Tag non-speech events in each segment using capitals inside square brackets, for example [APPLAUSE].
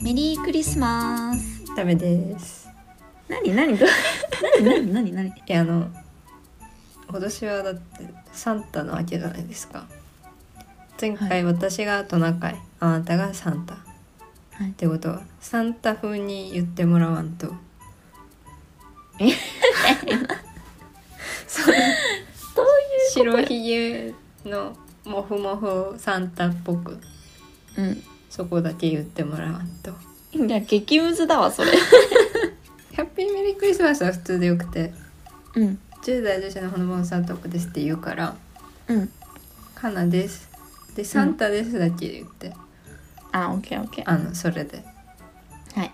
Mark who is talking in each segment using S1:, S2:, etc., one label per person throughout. S1: メリークリスマス
S2: ダメです
S1: 何何ど何何何何
S2: いやあの今年はだってサンタのわけじゃないですか前
S1: は
S2: 回私がトナカイ、あなたがサンタっ
S1: はい
S2: てことはサンタ風に言ってもらわんと
S1: え
S2: [LAUGHS] そう白ひげのモフモフサンタっぽく
S1: う
S2: そこだけ言ってもらわんと
S1: んいや激ムズだわそれ
S2: ハッピーメリークリスマスは普通でよくて
S1: うん
S2: 10代女子のほのぼのサンタークですって言うから
S1: うん
S2: 「カナです」で「サンタです」だけ言って、
S1: あオッケーオッケー
S2: あのそれで
S1: はい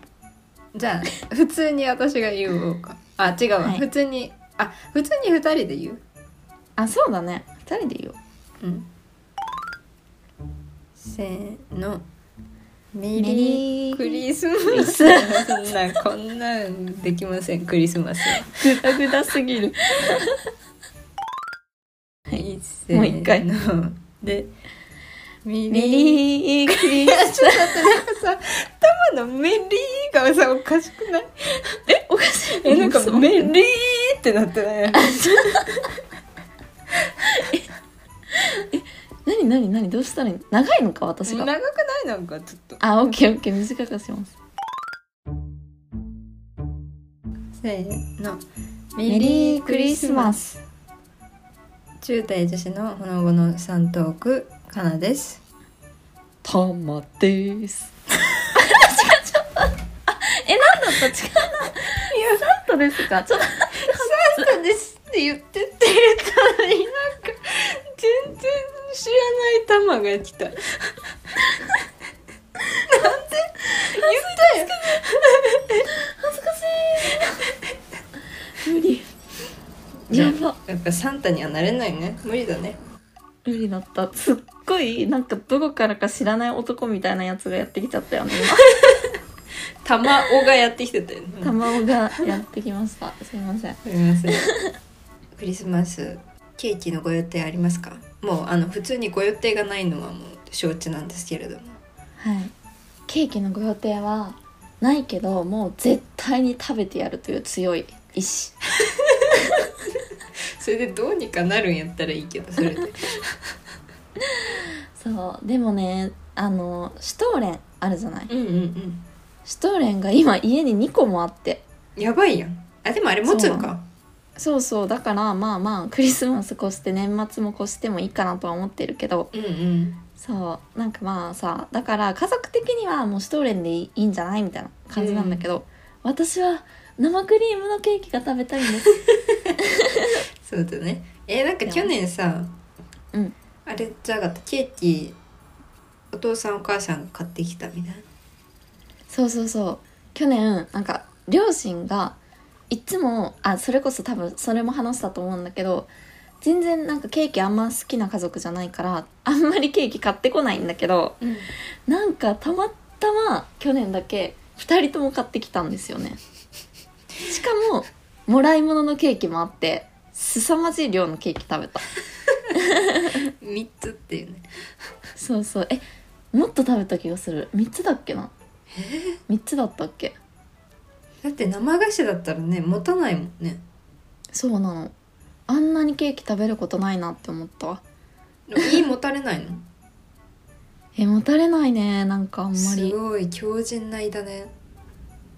S2: じゃあ普通に私が言おうかあ違うわ、
S1: はい
S2: 普通にあ普通に2人で言う
S1: あそうだね二人でいいよ
S2: うんせーのメ
S1: メ
S2: リ
S1: リー
S2: ーク
S1: クリ
S2: リスマスそんなこんなんできませんクリスマスは
S1: スマスグダすぎ [LAUGHS] る
S2: はいせ
S1: もう一回
S2: ーのでメ
S1: メリークリ
S2: いや
S1: ス
S2: ちょっと待ってなんかさ頭のメリーがさおかしくない
S1: えおかしい
S2: えなんかメリーってなってない
S1: 何何何どうしたらいいの長いのか私
S2: [LAUGHS] 長く
S1: が
S2: ないなんかちょっと
S1: あオッケーオッケー短くします
S2: せーの
S1: メリークリスマ
S2: ス
S1: ス
S2: 10代女子のほのぼの三等区かなです
S1: たまです [LAUGHS] 違うちょっとえ何だった違うないやサンタですかちょっと
S2: サンタですって言ってって言ったのになんか全然知らない玉が来たなんで言ったよ
S1: 恥ずかしい無理やば
S2: やっぱサンタにはなれないね無理だね
S1: 無理だったすっごいなんかどこからか知らない男みたいなやつがやってきちゃったよね
S2: 玉尾がやってきてたよね
S1: 今 [LAUGHS] 卵がやってきましたすいません
S2: すみません [LAUGHS] クリスマスケーキのご予定ありますかもうあの普通にご予定がないのはもう承知なんですけれども
S1: はいケーキのご予定はないけどもう絶対に食べてやるという強い意志
S2: それでどうにかなるんやったらいいけどそれ [LAUGHS] で
S1: そうでもねあのシュトーレンあるじゃない
S2: うんうんうん
S1: シュトーレンが今家に2個もあって
S2: やばいやんあでもあれ持つんか
S1: そうそうだからまあまあクリスマス越して年末も越してもいいかなとは思ってるけど
S2: うんうん
S1: そうなんかまあさだから家族的にはもうシュトーレンでいいいいんじゃないみたいな感じなんだけど、私は生クリームのケーキが食べたいんです
S2: そうだねえなんか去年さ
S1: うん
S2: あれじゃなかったケーキお父さんお母さんが買ってきたみたいな
S1: そうそうそう去年なんか両親がいつもあそれこそ多分それも話したと思うんだけど全然なんかケーキあんま好きな家族じゃないからあんまりケーキ買ってこないんだけど
S2: [LAUGHS] うん
S1: なんかたまたま去年だけ2人とも買ってきたんですよねしかももらい物のケーキもあって凄まじい量のケーキ食べた
S2: 3つっていうね
S1: そうそうえもっと食べた気がする3つだっけな3つだったっけ
S2: だって生菓子だったらね持たないもんね
S1: そうなのあんなにケーキ食べることないなって思ったわ
S2: でもいい持たれないの
S1: えもたれないねなんかあんますり
S2: ごい強靭な胃だね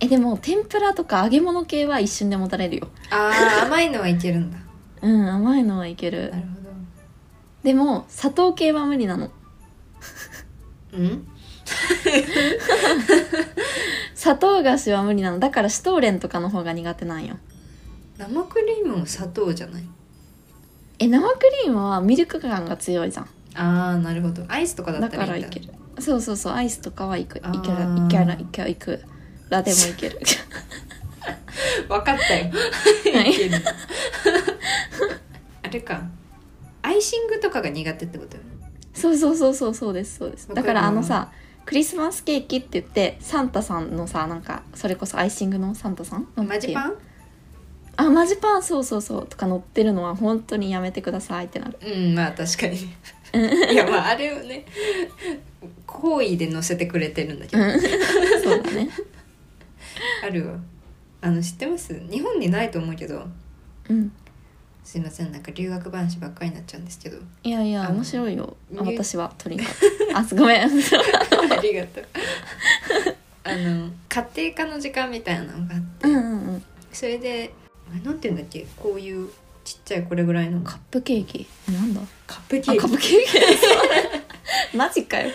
S1: えでも天ぷらとか揚げ物系は一瞬でもたれるよ
S2: あー甘いのはいける [LAUGHS] んだ
S1: うん甘いのはいける
S2: なる
S1: でも砂糖系は無理なの
S2: ほどうん
S1: 砂糖菓子は無理なのだからシュトーレンとかの方が苦手なんよ
S2: 生クリームも砂糖じゃない
S1: え生クリームはミルク感が強いじゃん
S2: あーなるほどアイスとかだ
S1: だ
S2: った
S1: からら
S2: いい
S1: い
S2: んだ
S1: けるそうそうそうアイスとかはいくいけ
S2: あ
S1: る
S2: ー
S1: いけるいけるいくらでもい
S2: [LAUGHS]
S1: ける
S2: 分かったよ
S1: はい
S2: いける [LAUGHS] あれかアイシングとかが苦手ってことよね
S1: そうそうそうそうそうですそうです
S2: わか
S1: だ
S2: る
S1: か
S2: な
S1: らあのさクリスマスケーキって言ってサンタさんのさなんかそれこそアイシングのサンタさん
S2: マジパ
S1: ン
S2: ン
S1: あマジパンそうそうそうとか乗ってるのは本当にやめてくださいってなる
S2: [LAUGHS] うんまあ確かにいやまああれをね好意で載せてくれてるんだけ
S1: う
S2: ど、
S1: んそうだね
S2: あるわあの知ってます日本にないと思うけど
S1: うん
S2: すいませんなんか留学話ばっかりになっちゃうんですけど
S1: いやいや
S2: あの
S1: 面白いよあ
S2: ニュー
S1: 私はとにかくあごめんう
S2: [LAUGHS] ありがとうあの家庭科の時間みたいなのがあって
S1: んうんうん
S2: それであれなんていうんだっけこういうちっちゃいこれぐらいの
S1: カップケーキなんだ
S2: カップケ
S1: あ
S2: ー
S1: カッ
S2: キ
S1: プケー [LAUGHS] キマジかよ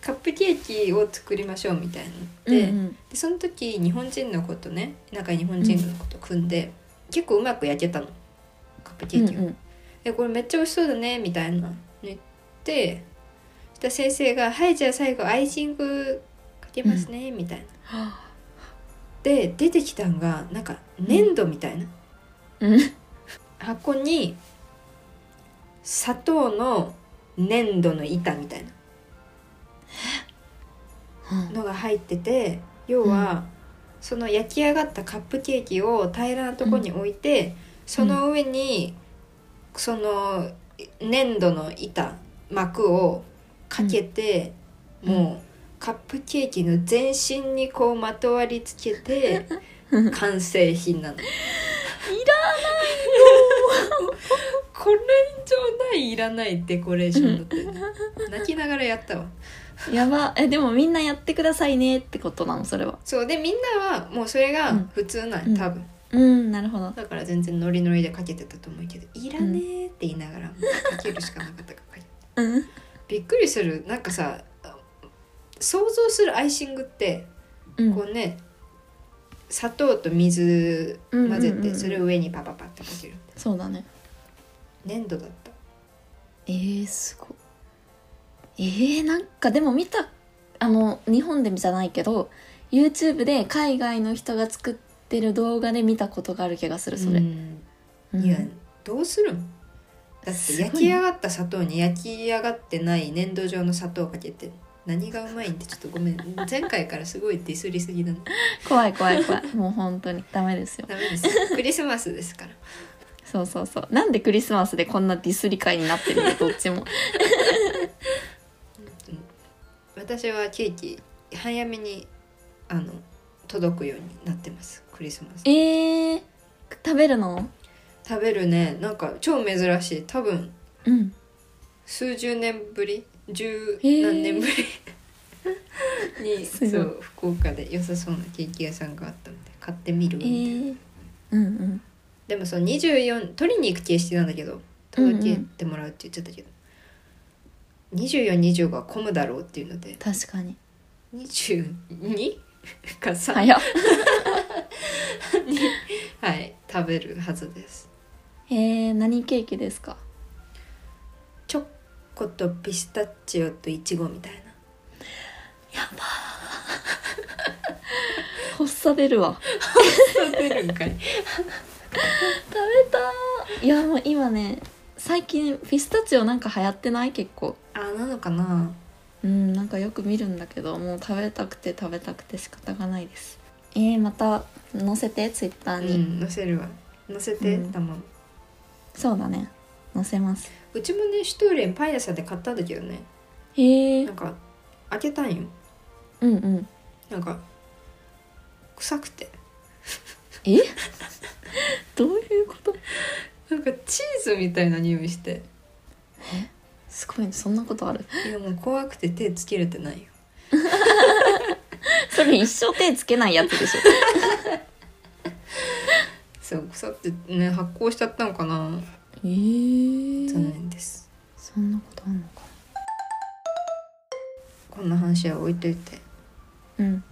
S2: カップケーキを作りましょうみたいになって、
S1: うん
S2: でその時日本人の子とね仲いい日本人の子と組んで、結構うまく焼けたのカップケ
S1: うんう
S2: ーキを、
S1: ん
S2: でこれめっちゃ美味しそうだねみたいなの言ってそしたら先生が「はいじゃあ最後アイシングかけますね」みたいな。で出てきたんがなんか粘土みたいな
S1: うんうん
S2: 箱に砂糖の粘土の板みたいなのが入ってて要は、その焼き上がったカップケーキを平らなとこに置いて、その上にその粘土の板膜をかけて、
S1: うん
S2: もうカップケーキの全身にこうまとわりつけ [LAUGHS] て完成品なの。いらないよ [LAUGHS] これ以上ないいらないデコレーションだったよね泣きながらやったわ。
S1: [LAUGHS] やばえでもみんなやってくださいねってことなのそれは
S2: そうでみんなはもうそれが普通なんよ
S1: うん
S2: 多分
S1: うんなるほど
S2: だから全然ノリノリでかけてたと思うけど「いらねえ」って言いながらもうかけるしかなかったからかけ
S1: うん
S2: びっくりするなんかさ想像するアイシングって
S1: うん
S2: こうね、砂糖と水混ぜ
S1: うんうんうんう
S2: て
S1: ん
S2: それを上にパパパってかける
S1: そうだね
S2: 粘土だった
S1: えー、すごいえー、なんかでも見たあの日本でじゃないけど YouTube で海外の人が作ってる動画で見たことがある気がするそれ、
S2: うん
S1: うん
S2: いやどうするんだって
S1: すごいね
S2: 焼き上がった砂糖に焼き上がってない粘土状の砂糖かけて何がうまいんってちょっとごめん
S1: [LAUGHS]
S2: 前回からすごいディスりすぎだね
S1: 怖い怖い怖いもう本当にダメですよ
S2: ダメですクリスマスですから
S1: そうそうそうなんでクリスマスでこんなディスり会になって [LAUGHS] るのどっちも
S2: 私はケーキ早めにあの届くようになってますクリスマス
S1: えー、食べるの
S2: 食べるねなんか超珍しい多分
S1: うん
S2: 数十年ぶり十
S1: へー
S2: 何年ぶり [LAUGHS] に
S1: すごい
S2: そう福岡で良さそうなケーキ屋さんがあったので買ってみる
S1: え
S2: みたい
S1: ー、うん
S2: な、
S1: うん
S2: でもその24取りに行く形式なんだけど届けてもらうって言っちゃったけど、2425は混むだろうっていうので
S1: 確かに
S2: 22? [LAUGHS] かさ
S1: 早っ
S2: はい、食べるはずです。
S1: [LAUGHS] えー、何ケーキですか
S2: チョコとピスタチオとイチゴ
S1: [LAUGHS]
S2: みたいな。
S1: 発作出るわ
S2: 食べるんかい。
S1: 食べたーいやもう今ね最近ピスタチオなんか流行ってない結構
S2: あ、なのかな。
S1: うんなんかよく見るんだけどもう食べたくて食べたくて仕方がないですえー、また載せてツイッター
S2: う
S1: に、
S2: ん、乗せるわ。乗せて
S1: うん
S2: たもん。
S1: そうだね載せます
S2: うちもね、シュトーレンパン屋さんで買ったんだけどね。
S1: へえ
S2: なんか開けたんよ。
S1: うんうん
S2: なんか臭くて。
S1: え [LAUGHS] どういうこと
S2: なんかチーズみたいな匂いして。
S1: すごいねそんなことある
S2: いやもう怖くて手つけれてないよ。
S1: [LAUGHS] それ一生手つけないやつでしょ
S2: そう、腐ってね発酵しちゃったのかな。
S1: ええ
S2: 残念です。
S1: そんなことあんのか
S2: こんな話は置いといて
S1: うん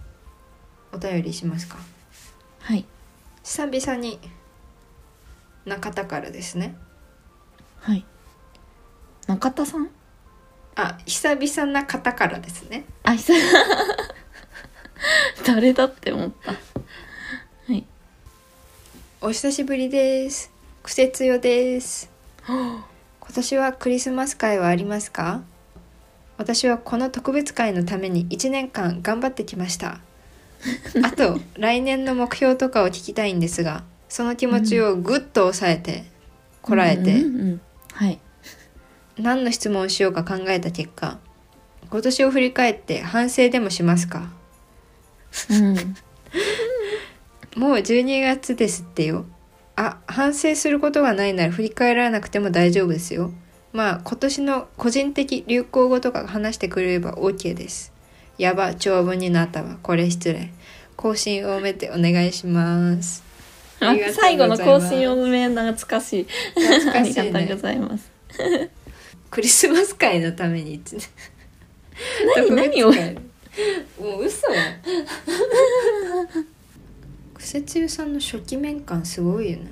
S2: お便りしますか。
S1: はい
S2: 久々に中田からですね
S1: はい中田さん
S2: あ久々な方からですね
S1: あ、久々 [LAUGHS] 誰だって思った。はい。
S2: お久しぶりです苦節よです
S1: は
S2: 今年はクリスマス会はありますか私はこの特別会のために1年間頑張ってきましたあと来年の目標とかを聞きたいんですがその気持ちをぐっと抑えてこらえて、
S1: うんうんうんはい。
S2: 何の質問をしようか考えた結果今年を振り返って反省でもしますか
S1: [LAUGHS] うん
S2: もう12月ですってよあ反省することがないなら振り返らなくても大丈夫ですよまあ今年の個人的流行語とか話してくれれば OK ですやば長文になったわこれ失礼更新多めてお願いしますありがとうございます
S1: 最後の更新をめ懐かしい
S2: 懐かしい
S1: ありがとうご
S2: ね
S1: ざいます
S2: クリスマス会のために一年
S1: 何何を
S2: 特別会もう嘘 [LAUGHS] やクセつゆさんの初期面感すごいよね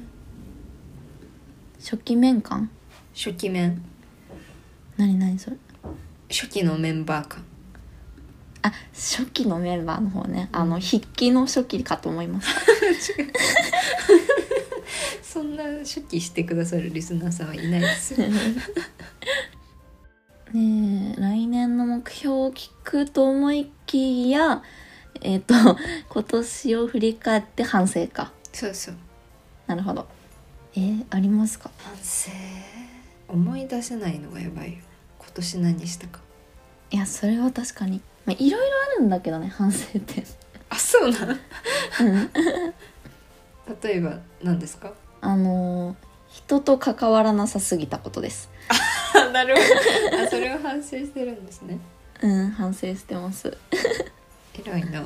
S1: 初期面感
S2: 初期面
S1: 何何それ
S2: 初期のメンバー感
S1: あ初期のメンバーの方ねあの筆記の初期かと思います
S2: そんな初期してくださるリスナーさんはいないです
S1: [LAUGHS]
S2: よ
S1: ねえ来年の目標を聞くと思いきやえっ、と [LAUGHS] 今年を振り返って反省か
S2: そうそう
S1: なるほどえー、ありますか
S2: 反省思い出せないのがやばいよ今年何したか
S1: いやそれは確かにまあいろいろあるんだけどね反省点
S2: あそうなの
S1: うん
S2: 例えば何ですか
S1: [LAUGHS] あのー人と関わらなさすぎたことです
S2: あなるほどあそれを反省してるんですね
S1: うん反省してます [LAUGHS]
S2: 偉いな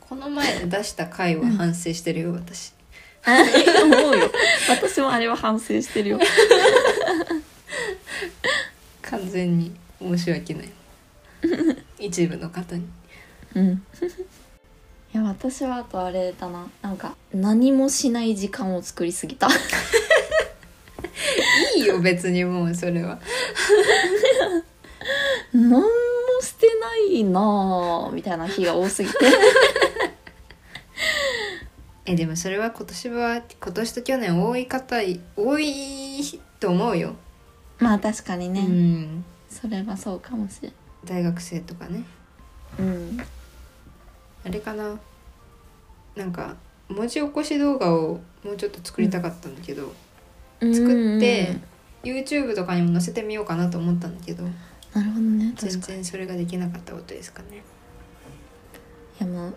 S2: この前出した回は反省してるよ私
S1: あ思うよ私もあれは反省してるよ
S2: 完全に申し訳 [LAUGHS] ない一部の方に
S1: うん [LAUGHS] いや私はあとあれだななんか何もしない時間を作りすぎた [LAUGHS]
S2: いいよ別にもうそれは
S1: 何もしてないなぁみたいな日が多すぎ
S2: [LAUGHS]
S1: て
S2: えでもそれは今年は今年と去年多い方い多いと思うよ、
S1: まあ確かにね、
S2: うん
S1: それはそうかもしれん
S2: 大学生とかね
S1: うん
S2: あれかななんか文字起こし動画をもうちょっと作りたかったんだけど、作って
S1: うん
S2: YouTube とかにも載せてみようかなと思ったんだけど
S1: なるほどね確か
S2: 全
S1: に
S2: 然それができなかったことですかね
S1: いやもう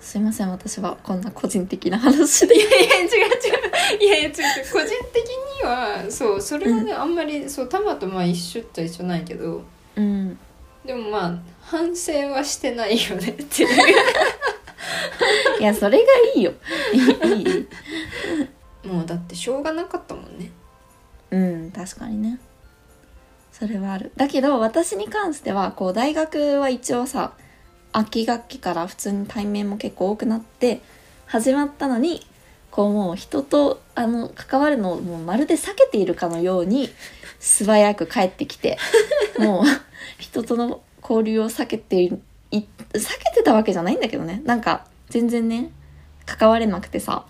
S1: すいません私はこんな個人的な話で
S2: いやいや違う違う [LAUGHS] いやいや違う違う個人的にはそうそれはね、あんまりそうタマとまあ一緒っちゃ一緒ないけど
S1: うん
S2: でもまあ反省はしてないよねっていう
S1: いやそれがいいよいいいい
S2: もうだってしょうがなかったもんね
S1: うん確かにねそれはあるだけど私に関してはこう大学は一応さ秋学期から普通に対面も結構多くなって始まったのにこうもう人とあの関わるのをもうまるで避けているかのように素早く帰ってきてもう人との交流を避けていい避けてたわけじゃないんだけどねなんか全然ね関われなくてさ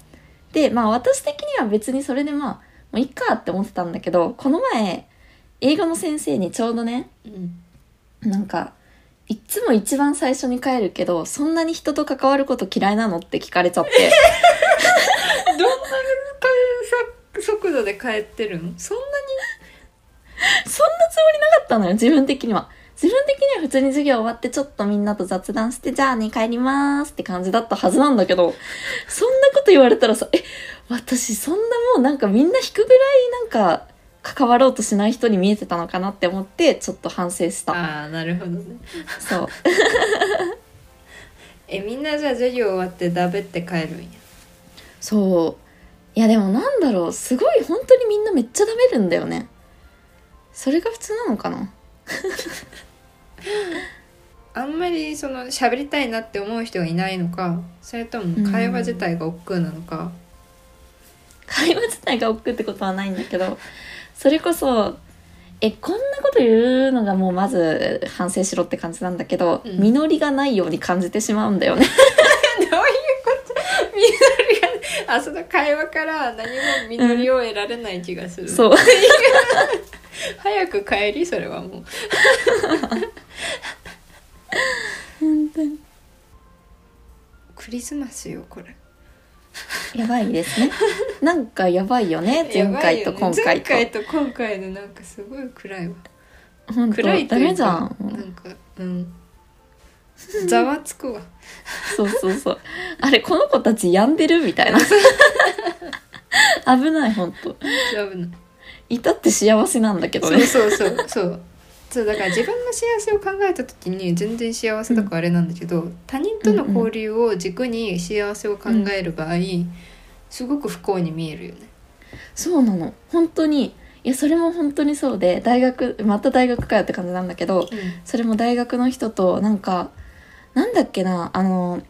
S1: でまあ私的には別にそれでまあもういっかって思ってたんだけどこの前英語の先生にちょうどね
S2: うん
S1: なんかいっつも一番最初に帰るけどそんなに人と関わること嫌いなのって聞かれちゃ
S2: [LAUGHS]
S1: って
S2: どんなさ速度で帰ってるのそんな
S1: そんなつもりなかったのよ自分的には自分的には普通に授業終わってちょっとみんなと雑談してじゃあね帰りますって感じだったはずなんだけどそんなこと言われたらさえ私そんなもうなんかみんな引くぐらいなんか関わろうとしない人に見えてたのかなって思ってちょっと反省した
S2: ああーなるほどね
S1: そう
S2: えみんなじゃあ授業終わってダベって帰るんや
S1: そういやでもなんだろうすごい本当にみんなめっちゃ食べるんだよねそれが普通なのかな
S2: あんまりその喋りたいなって思う人がいないのかそれとも会話自体が億劫なの [LAUGHS] か、
S1: 会話自体が億劫ってことはないんだけどそれこそえこんなこと言うのがもうまず反省しろって感じなんだけど、
S2: うん
S1: 実りがないように感じてしまうんだよね
S2: どういうこと実りがあその会話から何も実りを得られない気がする、
S1: そう
S2: 早く帰りそれは [LAUGHS] もう
S1: 本当に
S2: クリスマスよこれ
S1: [LAUGHS] やばいですねなん [LAUGHS] かやばいよね前回と今回と
S2: やばいよね前回と今回でなんかすごい暗いわ
S1: 本当
S2: 暗いと
S1: ダ
S2: いう
S1: メ
S2: か
S1: じゃん
S2: なんかうんざわつくわ
S1: そうそうそうあれこの子たち病んでるみ [LAUGHS] たいな危ない本当
S2: 危
S1: [LAUGHS]
S2: ない
S1: いたって幸せなんだけど
S2: そう
S1: ね
S2: そうそうそうそうだから自分の幸せを考えた時に全然幸せとかあれなんだけど、他人との交流を軸に幸せを考える場合、すごく不幸に見えるよね。
S1: そうなの本当にいやそれも本当にそうで大学また大学かよって感じなんだけどそれも大学の人となんかなんだっけなあの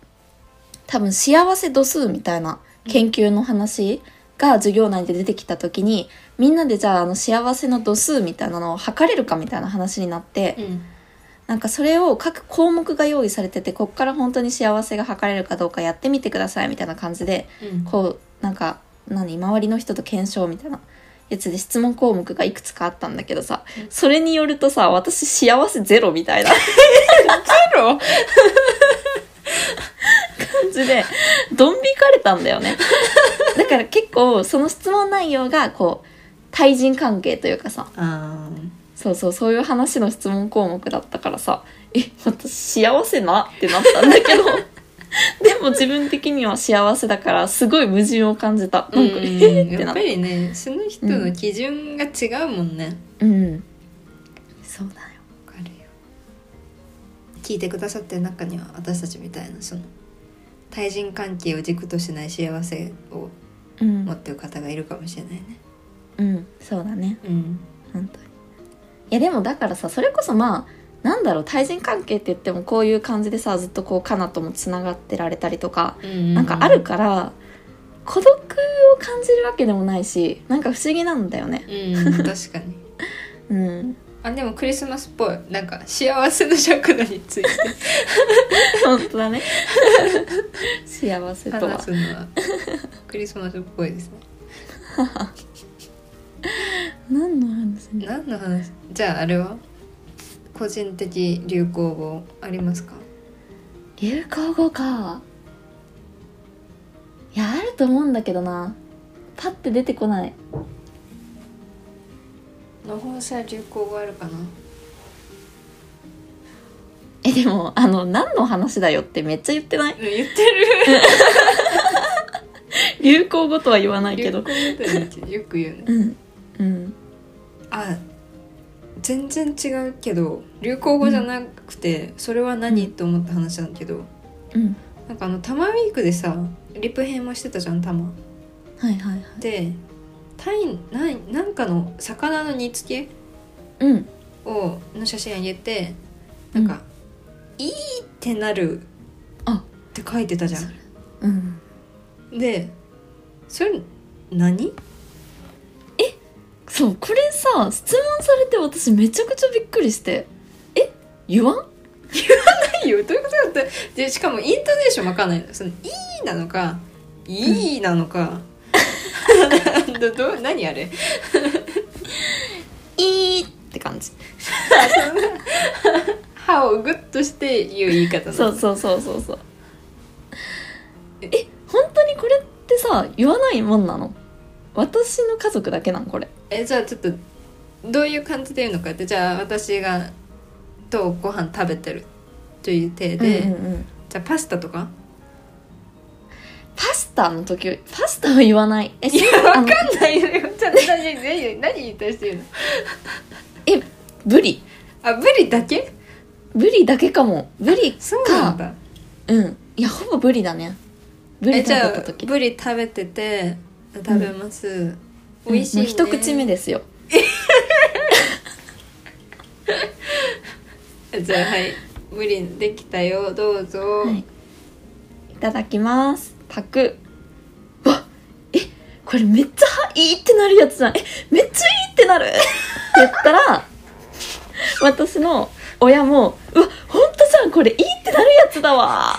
S1: 多分幸せ度数みたいな研究の話が授業内で出てきた時にみんなでじゃああの幸せの度数みたいなのを測れるかみたいな話になって
S2: うん
S1: なんかそれを各項目が用意されててこっから本当に幸せが測れるかどうかやってみてくださいみたいな感じで
S2: うん
S1: こうなんか何周りの人と検証みたいなやつで質問項目がいくつかあったんだけどさ、
S2: うん
S1: それによるとさ私幸せゼロみたいな
S2: ロ
S1: 感じでドン引かれたんだよ
S2: [LAUGHS]
S1: ねだから結構その質問内容がこう対人関係というかさ
S2: あ
S1: そうそうそういう話の質問項目だったからさえ私幸せなってなったんだ [LAUGHS] けどでも自分的には幸せだからすごい矛盾を感じたなんか、
S2: う
S1: え
S2: ん
S1: ー [LAUGHS] って
S2: や
S1: なっ
S2: っぱ
S1: た
S2: りねその人の基準が違うもんね。
S1: うんそうだよ
S2: わかるよ聞いてくださってる中には私たちみたいなその対人関係を軸としない幸せを
S1: うん
S2: 持ってる方がいるかもしれないね。
S1: うんそうだね
S2: うん
S1: 本当にいやでもだからさそれこそまあなんだろう対人関係って言ってもこういう感じでさずっとこうかなともつながってられたりとか、
S2: な
S1: なんかあるから孤独を感じるわけでもないしなんか不思議なんだよね
S2: うん確かに
S1: うん
S2: あでもクリスマスっぽいなんか幸せの尺度について
S1: 本当だね幸せとは
S2: 話すのはクリスマスっぽいですね
S1: 何の話ね
S2: 何の話じゃああれは個人的流行語ありますか
S1: 流行語かいやあると思うんだけどなパッて出てこない
S2: のほさ流行語あるかな
S1: えでもあの何の話だよってめっちゃ言ってない
S2: 言ってる
S1: 流行語とは言わないけど
S2: 流行語 [LAUGHS] ってよく言うね
S1: うんうん
S2: あ全然違うけど流行語じゃなくて、それは何って思った話なんだけど
S1: うん
S2: なんかあのタマウィークでさリプ編もしてたじゃんタマ
S1: はいはいはい
S2: でタイなんなんかの魚の煮付け
S1: うん
S2: をの写真あげてなんか、いいってなる
S1: あ
S2: って書いてたじゃ
S1: うん
S2: んでそれ何
S1: そうこれさ質問されて私めちゃくちゃびっくりしてえ言わん
S2: いいよどういうことだったでしかもイントネーションわかんないのその「いい」なのか「いい」なのか、 [LAUGHS] どどう何あれ
S1: いいって感じ
S2: 歯をグッとして言う言い方なの
S1: そうそうそうそうそうえ本当にこれってさ言わないもんなの私の家族だけなんこれ
S2: えじゃあちょっとどういう感じで言うのかってじゃあ私がとご飯食べてるという体で、
S1: うんうんうん、
S2: じゃあパスタとか
S1: パスタの時パスタは言わないえ
S2: いやわ
S1: あ
S2: かん
S1: の
S2: ないよじゃあ何何何言いたいしてるの
S1: ブリ
S2: あブリだけ
S1: ブリだけかもブリ
S2: そうなんだ
S1: うんいやほぼブリだねブ
S2: え
S1: リ食
S2: じ
S1: べ
S2: ゃ
S1: た
S2: あ
S1: 時
S2: ブリ食べてて食べます、美味しい、
S1: も
S2: ね、
S1: う一口目ですよ
S2: じゃあはいブリできたよどうぞ、
S1: はいいただきますパクうわえこれめっちゃいいってなるやつじゃんえめっちゃいいってなるって言ったら私の親もうわほんとじゃんこれいいってなるやつだわ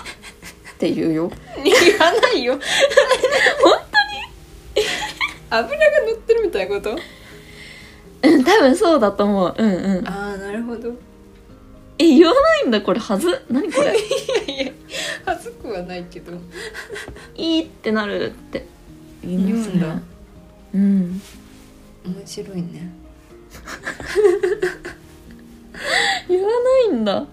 S1: って言うよ
S2: 言わないよ
S1: 本
S2: 当に油が乗ってるみたいなこと
S1: うん多分そうだと思ううんうん
S2: ああなるほど
S1: え言わないんだこれはず何これ
S2: いやいや恥ずくはないけど
S1: いいってなるって言い
S2: 言
S1: ま
S2: う
S1: す
S2: ん
S1: ね
S2: だ
S1: うん
S2: 面白いね
S1: 言わないんだ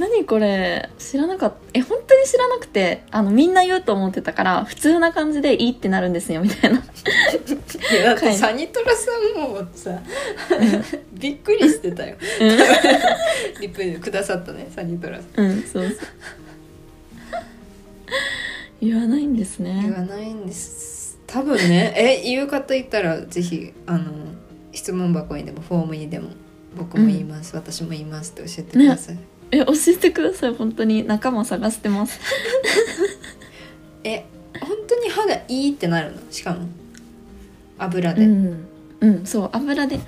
S1: 何これ知らなかったえ本当に知らなくてあのみんな言うと思ってたから普通な感じでいいってなるんですよみたいない
S2: やだって
S1: はい
S2: サニトラさんもさびっくりしてたよリプくださったねサニトラさん
S1: うん、うん、そうそう言わないんです
S2: 言わ
S1: ね
S2: ないんです多分ねえ言う方いたらぜひあの質問箱にでもフォームにでも僕も言います、私も言いますって教えてください、
S1: え教えてください本当に仲間探してます
S2: え本当に歯がいいってなるのしかも油で、
S1: うん、うん、そう油では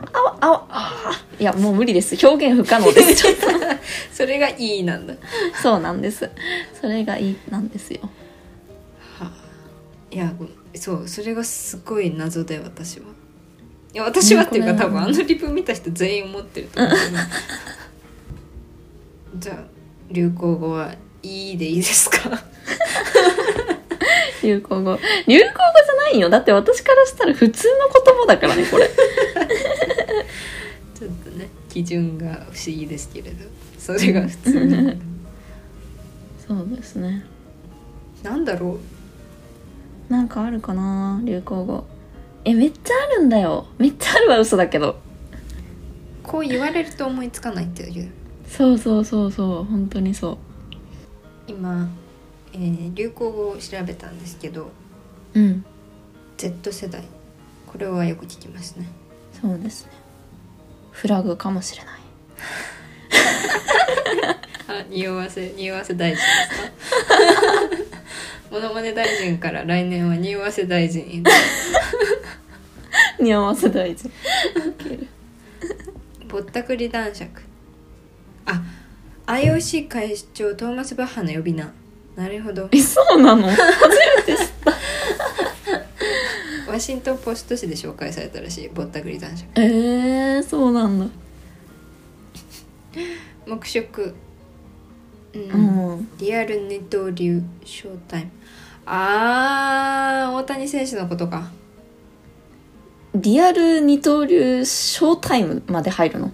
S1: ああわあわあいやもう無理です表現不可能ですちょっ
S2: [LAUGHS]
S1: と
S2: それがいいなんだは
S1: そうなんですそれがいいなんですよ
S2: あいやごそうそれがすごい謎で私はいや私はっていうか
S1: ねこ
S2: 多
S1: れ
S2: 分あのリプ見た人全員思ってると思う [LAUGHS] じゃあ流行語は「いい」でいいですか [LAUGHS]
S1: 流行語流行語じゃないよだって私からしたら普通の言葉だからねこれ
S2: ちょっとね基準が不思議ですけれどそれが普通なんだ
S1: [LAUGHS] [LAUGHS] そうですね
S2: なんだろ
S1: なんかあるかな流行語えめっちゃあるんだよめっちゃあるは嘘だけど
S2: うこう言われると思いつかないっていう
S1: そうそうそうそう本当にそ
S2: 今、えー流行語を調べたんですけど
S1: ううん
S2: Z 世代これはよく聞きますね
S1: そうですねフラグかもしれない
S2: [LAUGHS] あ匂わせ匂わせ大臣です [LAUGHS] かモノマネ大臣から来年は匂わせ大臣へ
S1: 似合わせ大事
S2: [LAUGHS] ぼったくり男爵あ IOC 会長トーマス・バッハの呼び名なるほど
S1: えそうな [LAUGHS] の
S2: ワシントン・ポスト紙で紹介されたらしいぼったくり男爵
S1: えー、そうなんだ
S2: 黙食うん、
S1: うん
S2: リアル二刀流ショータイムあー大谷選手のことか
S1: リアル二刀流ショータイムまで入るの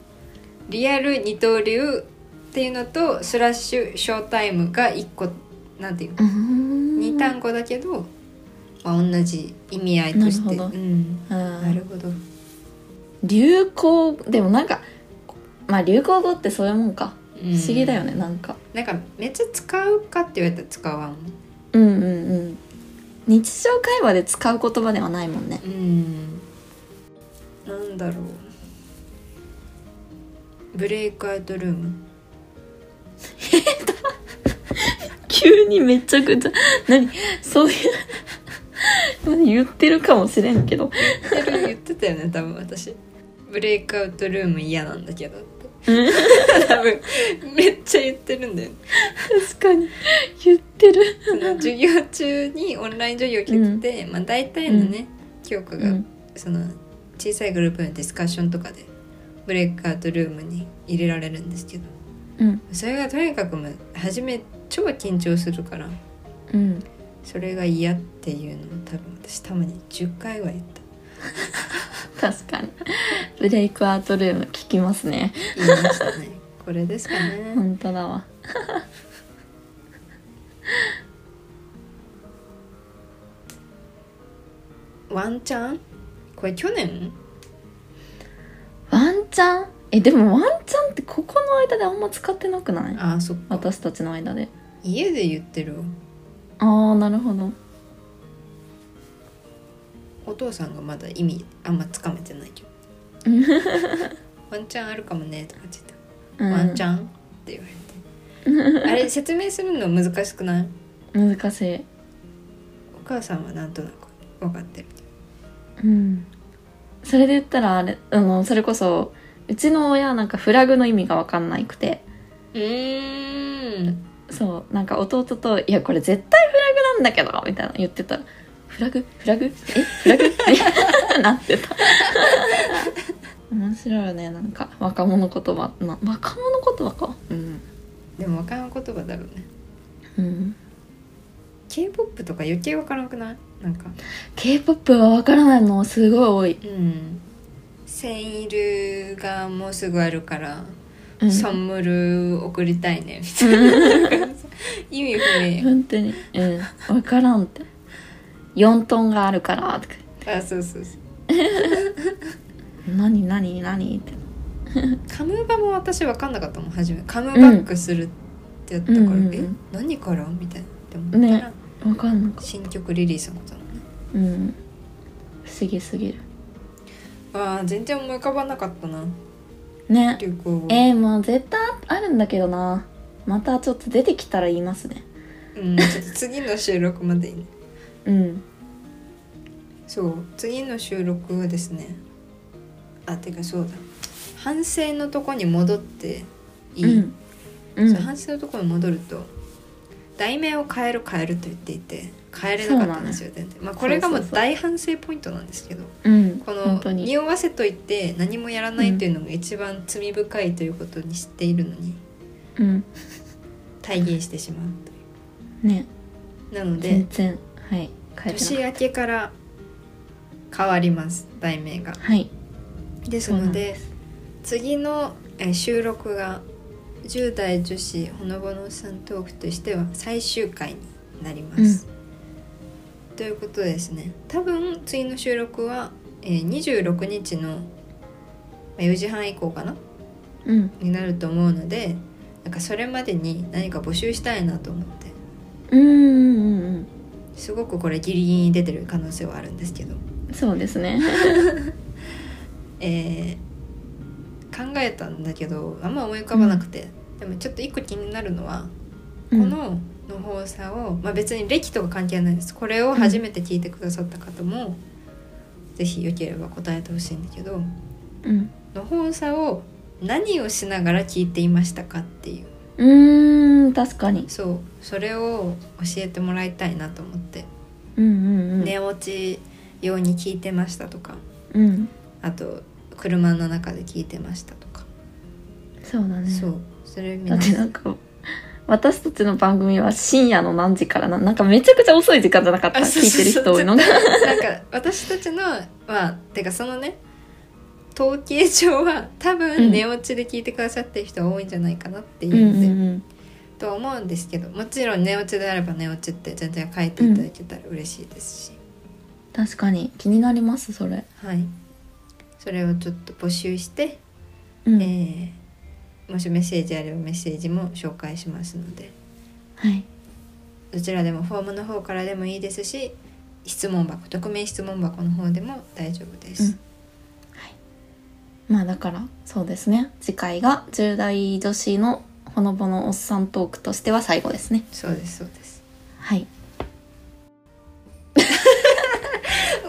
S2: リアル二刀流っていうのとスラッシュショータイムが1個なんていう
S1: うーん
S2: 2単語だけど、まあ、同じ意味合いとして
S1: なるほど
S2: うん、
S1: うん
S2: なるほど
S1: 流行でもなんかまあ流行語ってそういうもんか
S2: 不
S1: 不思議だよね、なんか
S2: なんかめっちゃ使うかって言われたら使わん
S1: うんうんうん日常会話で使う言葉ではないもんね
S2: うんなんだろうブレイクアウトルー
S1: [LAUGHS]
S2: ム
S1: 急にめちゃくちゃ [LAUGHS] 何そういう何言ってるかもしれんけど
S2: 言ってる言ってたよね多分私ブレイクアウトルーム嫌なんだけどって
S1: うん
S2: [LAUGHS] 多分めっちゃ言ってるんだよね
S1: 確かに言ってる
S2: その授業中にオンライン授業を聞いてて、まあ大体のね、教科が、
S1: うん
S2: その小さいグループのディスカッションとかでブレイクアウトルームに入れられるんですけど
S1: うん
S2: それがとにかくもう初め超緊張するから
S1: うん
S2: それが嫌っていうのを多分私たまに10回は言った
S1: 確かにブレイクアウトルーム聞きますね
S2: 言いました
S1: [LAUGHS]
S2: ねこれですかね、
S1: 本当だわ
S2: ワンチャンこれ去年
S1: ワンチャンえでもワンチャンってここの間であんま使ってなくない
S2: ああそっか
S1: 私たちの間で
S2: 家で言ってるわ
S1: ああなるほど
S2: お父さんがまだ意味あんまつかめてない
S1: [LAUGHS]
S2: けどワンチャンあるかもねとか言ってた
S1: うん
S2: ワンチャンって言われてあれ説明するの難しくない
S1: 難しい
S2: お母さんはなんとなく分かってる
S1: うんそれで言ったらあれあのそれこそうちの親はなんかフラグの意味が分かんないくて
S2: うーん
S1: そうなんか弟と「いやこれ絶対フラグなんだけど」みたいなの言ってたら「フラグフラグえフラグ?」 [LAUGHS] ってなってた [LAUGHS] 面白いよねなんか若者言葉な若者言葉かうん
S2: でも分からん言葉だろうね
S1: うん
S2: k p o p とか余計分からんくないなんか
S1: K-POP は分からないのすごい多い
S2: うんセンイルがもうすぐあるから、
S1: うん
S2: ソンムル送りたい
S1: [LAUGHS]
S2: ねみたいななんかさ意味不明
S1: 本当にうん分からんって4トンがあるからとか
S2: あそうそうそう
S1: 何何何って
S2: カムーバも私分かんなかったもん初めカムバックするってやったから、
S1: うんうんうん
S2: え何からみたいなって思ったら、
S1: ね分かんなかっ
S2: 新曲リリースのことなのね
S1: たうん不思議すぎる
S2: あー全然思い浮かばなかったな
S1: ね
S2: 流行語
S1: えー、もう絶対あるんだけどなまたちょっと出てきたら言いますね
S2: うん、ちょっと次の収録までに
S1: うん
S2: そう次の収録はですねあてかそうだ反省のとこに戻っていい、
S1: うんうん
S2: そう反省のとこに戻ると題名を変える変えると言っていて変えれなかったんですよ、全然まあこれがも
S1: そう
S2: う
S1: そうそう
S2: 大反省ポイントなんですけど
S1: うん
S2: こ
S1: 本
S2: の
S1: 当に
S2: 匂わせといて何もやらないというのが一番罪深いということに知っているのに
S1: うん
S2: 体現してしまうとい
S1: ね
S2: うなので
S1: 全然はい変えて
S2: 年
S1: なかっ
S2: 明けから変わります題名が
S1: たはい
S2: ですので次のえー収録が10代女子ほのぼのさんトークとしては最終回になります、ということですね多分次の収録は、えー26日のまあ4時半以降かな
S1: うん
S2: になると思うのでなんかそれまでに何か募集したいなと思っ
S1: う
S2: て
S1: んうんうん
S2: すごくこれギリギリに出てる可能性はあるんですけ
S1: う
S2: ど、
S1: んそうですね
S2: [LAUGHS] えー考えたんだけどあんま思い浮かばなくて、でもちょっと一個気になるのは
S1: う
S2: こ
S1: ん
S2: の「の方さを」まあ、別に歴とか関係ないですこれを初めて聞いてくださった方も、ぜひよければ答えてほしいんだけど
S1: うん
S2: 「の方さを何をしながら聞いていましたかっていう
S1: うーん確かに
S2: そうそれを教えてもらいたいなと思って、
S1: うんうんうん
S2: 寝落ち用に聞いてましたとか
S1: うん
S2: あと車の中で聞いてましたとか、
S1: そうだね
S2: そうそれ
S1: だ
S2: 皆
S1: って
S2: さ
S1: なん
S2: ん
S1: か私たちの番組は深夜の何時からななんかめちゃくちゃ遅い時間じゃなかった
S2: あそう
S1: 聞い
S2: そう
S1: てる
S2: そう
S1: 人多いのが
S2: [LAUGHS] なんか私たちのまあてかそのね統計上は多
S1: う
S2: 分
S1: ん
S2: 寝落ちで聞いてくださってる人は多いんじゃないかなっていう
S1: [LAUGHS] うん
S2: の
S1: う
S2: で、
S1: ん
S2: とは思うんですけどもちろん寝落ちであれば寝落ちって全然書いていただけたら嬉しいですし、
S1: 確かに気になりますそれ、
S2: はいそれをちょっと募集して
S1: うん
S2: えーもしメッセージあればメッセージも紹介しますので
S1: はい
S2: どちらでもフォームの方からでもいいですし質問箱匿名質問箱の方でも大丈夫です、
S1: まあだからそうですね次回が10代女子のほのぼのおっさんトークとしては最後ですね
S2: そうですそうです [LAUGHS]
S1: はい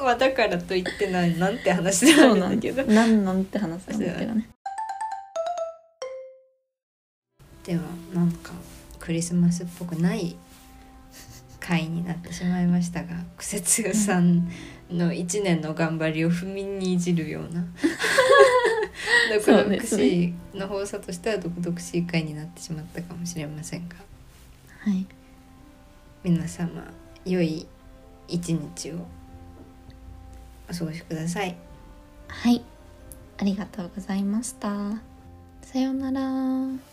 S2: まあだからと言ってないなんて話で
S1: そ
S2: は
S1: う
S2: あ
S1: なん
S2: るんだけ
S1: だ [LAUGHS]
S2: ど
S1: なんなんて話なんだけどね
S2: ではなんかクリスマスっぽくない回になってしまいましたが苦節さんの1年の頑張りを踏みにいじるような毒
S1: そう
S2: 々
S1: です
S2: しい
S1: ね
S2: の放送としては毒々しい回になってしまったかもしれませんが
S1: はい
S2: 皆様良い一日をお過ごしください。
S1: はいありがとうございましたさようなら